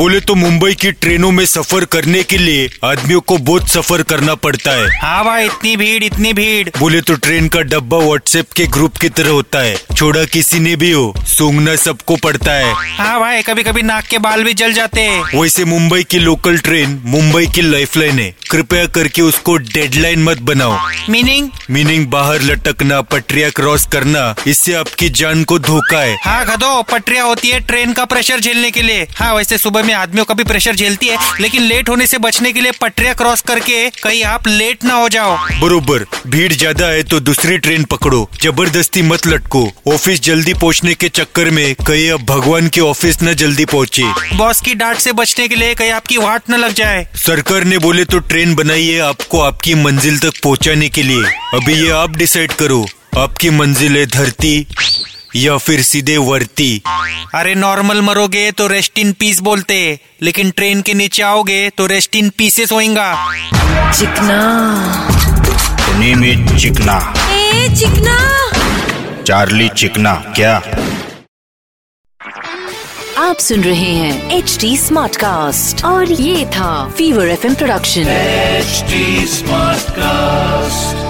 बोले तो मुंबई की ट्रेनों में सफर करने के लिए आदमियों को बहुत सफर करना पड़ता है हाँ भाई इतनी भीड़ इतनी भीड़ बोले तो ट्रेन का डब्बा व्हाट्सएप के ग्रुप की तरह होता है छोड़ा किसी ने भी हो सूंघना सबको पड़ता है हाँ भाई कभी कभी नाक के बाल भी जल जाते हैं वैसे मुंबई की लोकल ट्रेन मुंबई की लाइफलाइन है कृपया करके उसको डेडलाइन मत बनाओ मीनिंग मीनिंग बाहर लटकना पटरिया क्रॉस करना इससे आपकी जान को धोखा है हाँ गधो पटरिया होती है ट्रेन का प्रेशर झेलने के लिए हाँ वैसे सुबह में आदमियों का भी प्रेशर झेलती है लेकिन लेट होने से बचने के लिए पटरिया क्रॉस करके कहीं आप लेट ना हो जाओ बरोबर भीड़ ज्यादा है तो दूसरी ट्रेन पकड़ो जबरदस्ती मत लटको ऑफिस जल्दी पहुंचने के चक्कर में कहीं अब भगवान के ऑफिस न जल्दी पहुंचे बॉस की डांट से बचने के लिए कहीं आपकी वाट न लग जाए सरकार ने बोले तो ट्रेन बनाई है आपको आपकी मंजिल तक पहुंचाने के लिए अभी ये आप डिसाइड करो आपकी मंजिल है धरती या फिर सीधे वर्ती अरे नॉर्मल मरोगे तो रेस्ट इन पीस बोलते हैं, लेकिन ट्रेन के नीचे आओगे तो रेस्ट इन पीसेस होएगा Chikna name is Chikna a Chikna Charlie Chikna क्या आप सुन रहे हैं एच डी स्मार्ट कास्ट और ये था Fever F production HD Smartcast.